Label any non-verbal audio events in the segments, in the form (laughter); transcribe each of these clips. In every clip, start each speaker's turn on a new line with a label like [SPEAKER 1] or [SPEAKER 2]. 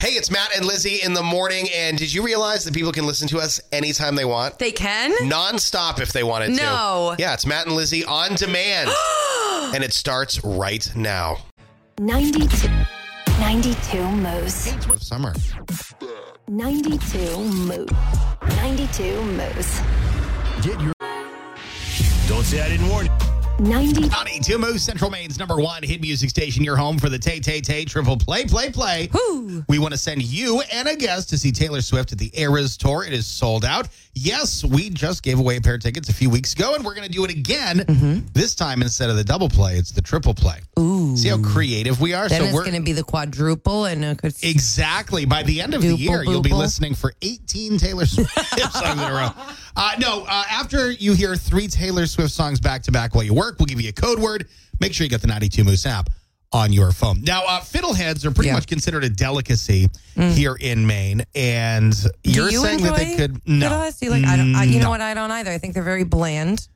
[SPEAKER 1] It's Matt and Lizzie in the morning. And did you realize that people can listen to us anytime they want?
[SPEAKER 2] They can?
[SPEAKER 1] Nonstop if they wanted to.
[SPEAKER 2] No.
[SPEAKER 1] Yeah, it's Matt and Lizzie on demand. and it starts right now.
[SPEAKER 3] 92. 92 moves.
[SPEAKER 1] Summer.
[SPEAKER 3] 92 moves. 92 moves.
[SPEAKER 4] Get your. Don't say I didn't warn you.
[SPEAKER 3] 90.
[SPEAKER 4] Johnny Tumu, Central Maine's number one hit music station, your home for the Tay Tay Tay Triple Play Play Play.
[SPEAKER 2] Woo.
[SPEAKER 4] We want to send you and a guest to see Taylor Swift at the Eras Tour. It is sold out. Yes, we just gave away a pair of tickets a few weeks ago, and we're going to do it again.
[SPEAKER 2] Mm-hmm.
[SPEAKER 4] This time, instead of the double play, it's the triple play. Ooh. See how creative we are.
[SPEAKER 2] Then it's
[SPEAKER 4] we're
[SPEAKER 2] going to be the quadruple and it could
[SPEAKER 4] Exactly. By the end of the
[SPEAKER 2] Doople
[SPEAKER 4] year, you'll be
[SPEAKER 2] boople.
[SPEAKER 4] listening for 18 Taylor
[SPEAKER 2] (laughs)
[SPEAKER 4] Swift songs in a row. Uh, no, uh, after you hear three Taylor Swift songs back to back while you work, we'll give you a code word. Make sure you got the 92 Moose app on your phone. Now, uh, fiddleheads are pretty
[SPEAKER 2] Yeah. Mm.
[SPEAKER 4] much considered a delicacy here in Maine. And you're
[SPEAKER 2] you
[SPEAKER 4] saying that they
[SPEAKER 2] enjoy
[SPEAKER 4] could. No.
[SPEAKER 2] fiddles? You like, I don't, I, you
[SPEAKER 4] No.
[SPEAKER 2] know what? I don't either. I think they're very bland.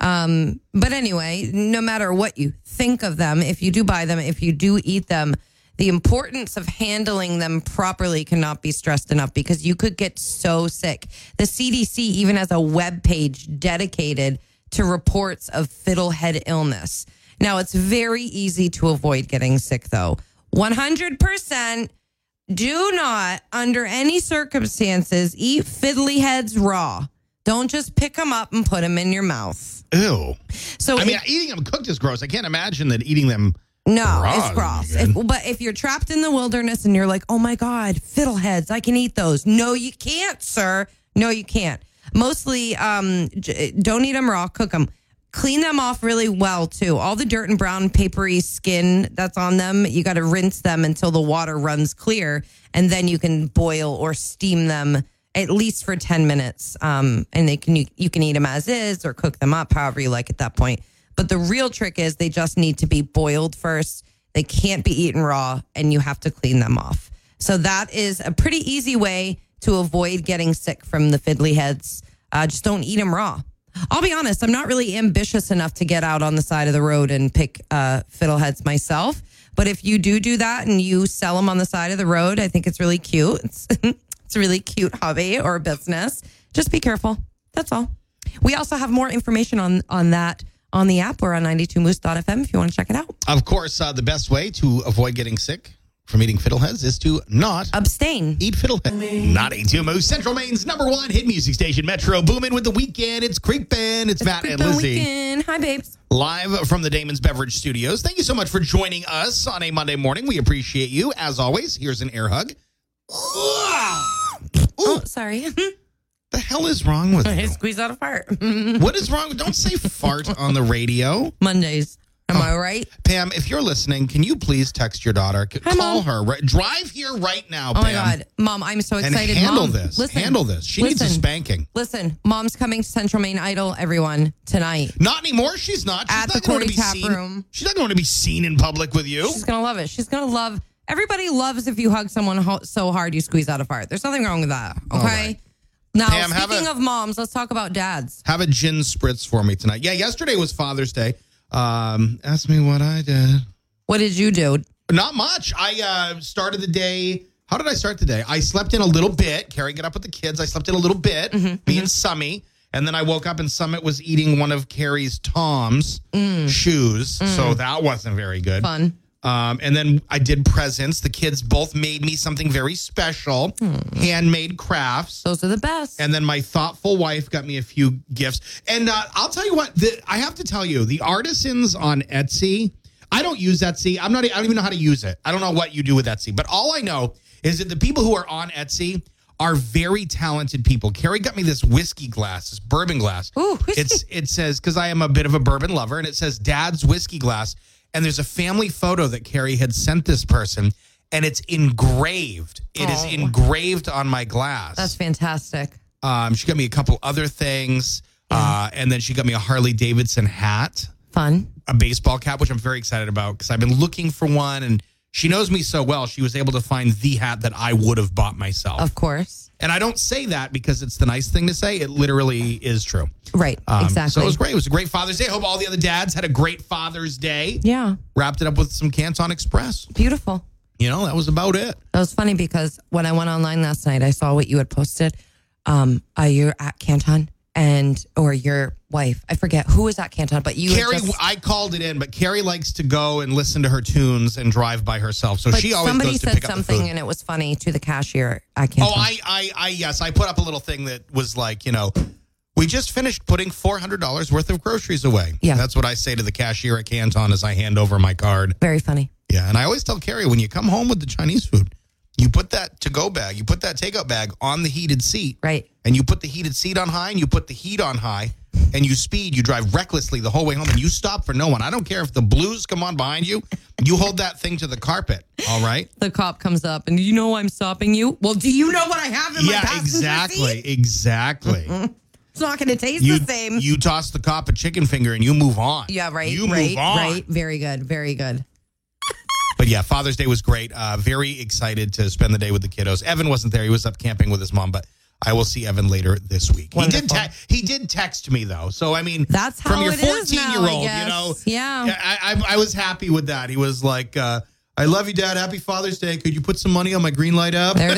[SPEAKER 2] Um, but anyway, no matter what you think of them, if you do buy them, if you do eat them, the importance of handling them properly cannot be stressed enough because you could get so sick. The CDC even has a web page dedicated to reports of fiddlehead illness. Now, it's very easy to avoid getting sick, though. 100% do not, under any circumstances, eat fiddly heads raw. Don't just pick them up and put them in your mouth.
[SPEAKER 4] Ew.
[SPEAKER 2] So
[SPEAKER 4] I mean,
[SPEAKER 2] it-
[SPEAKER 4] eating them cooked is gross. I can't imagine that eating them.
[SPEAKER 2] no,
[SPEAKER 4] raw
[SPEAKER 2] it's
[SPEAKER 4] is
[SPEAKER 2] gross.
[SPEAKER 4] good.
[SPEAKER 2] If- but if you're trapped in the wilderness and you're like, oh my God, fiddleheads, I can eat those. No, you can't, sir. No, you can't. Mostly, um, j- don't eat them raw, cook them. Clean them off really well, too. All the dirt and brown, papery skin that's on them, you got to rinse them until the water runs clear. And then you can boil or steam them at least for 10 minutes. Um, and they can you, you can eat them as is or cook them up, however you like at that point. But the real trick is they just need to be boiled first. They can't be eaten raw and you have to clean them off. So that is a pretty easy way to avoid getting sick from the fiddly heads. Uh, just don't eat them raw. I'll be honest, I'm not really ambitious enough to get out on the side of the road and pick uh, fiddleheads myself. But if you do do that and you sell them on the side of the road, I think it's really cute. It's, (laughs) it's a really cute hobby or business. Just be careful. That's all. We also have more information on on that on the app or on 92moose.fm if you want to check it out.
[SPEAKER 4] Of course, uh, the best way to avoid getting sick from eating fiddleheads is to not
[SPEAKER 2] Abstain.
[SPEAKER 4] Eat Fiddlehead. Not A2MO. Central Maine's number one hit music station, Metro Boomin' with the weekend. It's Creepin'. It's, Matt and
[SPEAKER 2] Creepin'
[SPEAKER 4] Lizzie.
[SPEAKER 2] Weekend. Hi, babes.
[SPEAKER 4] Live from the Damon's Beverage Studios. Thank you so much for joining us on a Monday morning. We appreciate you. As always, here's an air hug.
[SPEAKER 2] Oh, sorry. (laughs)
[SPEAKER 4] The hell is wrong with
[SPEAKER 2] I
[SPEAKER 4] you?
[SPEAKER 2] (laughs) squeezed out a fart.
[SPEAKER 4] What is wrong? Don't say fart on the radio.
[SPEAKER 2] Mondays. Am
[SPEAKER 4] Oh,
[SPEAKER 2] I right?
[SPEAKER 4] Pam, if you're listening, can you please text your daughter? C-
[SPEAKER 2] Hi,
[SPEAKER 4] Call
[SPEAKER 2] Mom.
[SPEAKER 4] her. Right, drive here right now,
[SPEAKER 2] Oh
[SPEAKER 4] Pam.
[SPEAKER 2] my God. Mom, I'm so
[SPEAKER 4] And
[SPEAKER 2] excited.
[SPEAKER 4] handle
[SPEAKER 2] Mom,
[SPEAKER 4] this.
[SPEAKER 2] Listen,
[SPEAKER 4] handle this. She needs a
[SPEAKER 2] listen.
[SPEAKER 4] spanking.
[SPEAKER 2] Listen, mom's coming to Central Maine Idol, everyone, tonight.
[SPEAKER 4] Not anymore. She's not. She's
[SPEAKER 2] At
[SPEAKER 4] not
[SPEAKER 2] the
[SPEAKER 4] going to
[SPEAKER 2] Corny
[SPEAKER 4] be
[SPEAKER 2] Tap
[SPEAKER 4] seen.
[SPEAKER 2] Room.
[SPEAKER 4] She's not going to be seen in public with you.
[SPEAKER 2] She's going to love it. She's going to love. Everybody loves if you hug someone ho- so hard you squeeze out a fart. There's nothing wrong with that. Okay.
[SPEAKER 4] right.
[SPEAKER 2] Now,
[SPEAKER 4] Pam, have
[SPEAKER 2] speaking
[SPEAKER 4] a-
[SPEAKER 2] of moms, let's talk about dads.
[SPEAKER 4] Have a gin spritz for me tonight. Yeah, yesterday was Father's Day. Um, ask me what I did.
[SPEAKER 2] What did you do?
[SPEAKER 4] Not much. I uh, started the day. How did I start the day? I slept in a little bit, carrying it up with the kids. I slept in a little bit,
[SPEAKER 2] Mm-hmm,
[SPEAKER 4] me and Summy. And then I woke up and Summit was eating one of Carrie's Tom's
[SPEAKER 2] Mm.
[SPEAKER 4] shoes. So that wasn't very good.
[SPEAKER 2] Fun.
[SPEAKER 4] Um, and then I did presents. The kids both made me something very special, handmade crafts.
[SPEAKER 2] Those are the best.
[SPEAKER 4] And then my thoughtful wife got me a few gifts. And uh, I'll tell you what, the, I have to tell you, the artisans on Etsy, I don't use Etsy. I'm not, I don't even know how to use it. I don't know what you do with Etsy, but all I know is that the people who are on Etsy are very talented people. Carrie got me this whiskey glass, this bourbon glass.
[SPEAKER 2] Ooh, whiskey.
[SPEAKER 4] It's, it says, because I am a bit of a bourbon lover, and it says dad's whiskey glass. And there's a family photo that Carrie had sent this person, and it's engraved. It is
[SPEAKER 2] Oh.
[SPEAKER 4] engraved on my glass.
[SPEAKER 2] That's fantastic.
[SPEAKER 4] Um, she got me a couple other things, uh, and then she got me a Harley Davidson hat,
[SPEAKER 2] Fun.
[SPEAKER 4] a baseball cap, which I'm very excited about because I've been looking for one. And she knows me so well; she was able to find the hat that I would have bought myself.
[SPEAKER 2] Of course.
[SPEAKER 4] And I don't say that because it's the nice thing to say; it literally is true.
[SPEAKER 2] Right.
[SPEAKER 4] Um,
[SPEAKER 2] exactly.
[SPEAKER 4] So it was great. It was a great Father's Day. I hope all the other dads had a great Father's Day.
[SPEAKER 2] Yeah.
[SPEAKER 4] Wrapped it up with some Canton Express.
[SPEAKER 2] Beautiful.
[SPEAKER 4] You know, that was about it.
[SPEAKER 2] That was funny because when I went online last night, I saw what you had posted. Um, uh, you're at Canton and or your wife. I forget who was at Canton, but you had
[SPEAKER 4] Carrie,
[SPEAKER 2] just-
[SPEAKER 4] I called it in, but Carrie likes to go and listen to her tunes and drive by herself. So
[SPEAKER 2] but
[SPEAKER 4] she always
[SPEAKER 2] somebody
[SPEAKER 4] goes to
[SPEAKER 2] said
[SPEAKER 4] pick up the
[SPEAKER 2] something
[SPEAKER 4] food.
[SPEAKER 2] and it was funny to the cashier at Canton.
[SPEAKER 4] Oh, I, I, I, yes, I put up a little thing that was like, you know, we just finished putting four hundred dollars worth of groceries away.
[SPEAKER 2] Yeah.
[SPEAKER 4] that's what I say to the cashier at Canton as I hand over my card.
[SPEAKER 2] very funny.
[SPEAKER 4] Yeah, and I always tell Carrie when you come home with the Chinese food, you put that to go bag, you put that takeout bag on the heated seat,
[SPEAKER 2] Right.
[SPEAKER 4] and you put the heated seat on high, and you put the heat on high, and you speed, you drive recklessly the whole way home, and you stop for no one. I don't care if the blues come on behind you, you hold that thing to the carpet. All right.
[SPEAKER 2] The cop comes up and you know I'm stopping you. Well, do you know what I have in (laughs) my
[SPEAKER 4] Yeah,
[SPEAKER 2] passenger
[SPEAKER 4] exactly,
[SPEAKER 2] seat?
[SPEAKER 4] exactly.
[SPEAKER 2] It's not going to taste
[SPEAKER 4] You,
[SPEAKER 2] the same.
[SPEAKER 4] you toss the cop a chicken finger and you move on.
[SPEAKER 2] yeah, right.
[SPEAKER 4] You
[SPEAKER 2] right,
[SPEAKER 4] move on.
[SPEAKER 2] right. Very good. Very good.
[SPEAKER 4] But yeah, Father's Day was great. Uh, very excited to spend the day with the kiddos. Evan wasn't there; he was up camping with his mom. But I will see Evan later this week. He did.
[SPEAKER 2] Wonderful.
[SPEAKER 4] Te- he did text me though, so I mean,
[SPEAKER 2] That's
[SPEAKER 4] from
[SPEAKER 2] how
[SPEAKER 4] your
[SPEAKER 2] it is now, I
[SPEAKER 4] fourteen-year-old. You
[SPEAKER 2] guess.
[SPEAKER 4] know,
[SPEAKER 2] Yeah.
[SPEAKER 4] I, I, I was happy with that. He was like, uh, "I love you, Dad. Happy Father's Day. Could you put some money on my green light app?"
[SPEAKER 2] There it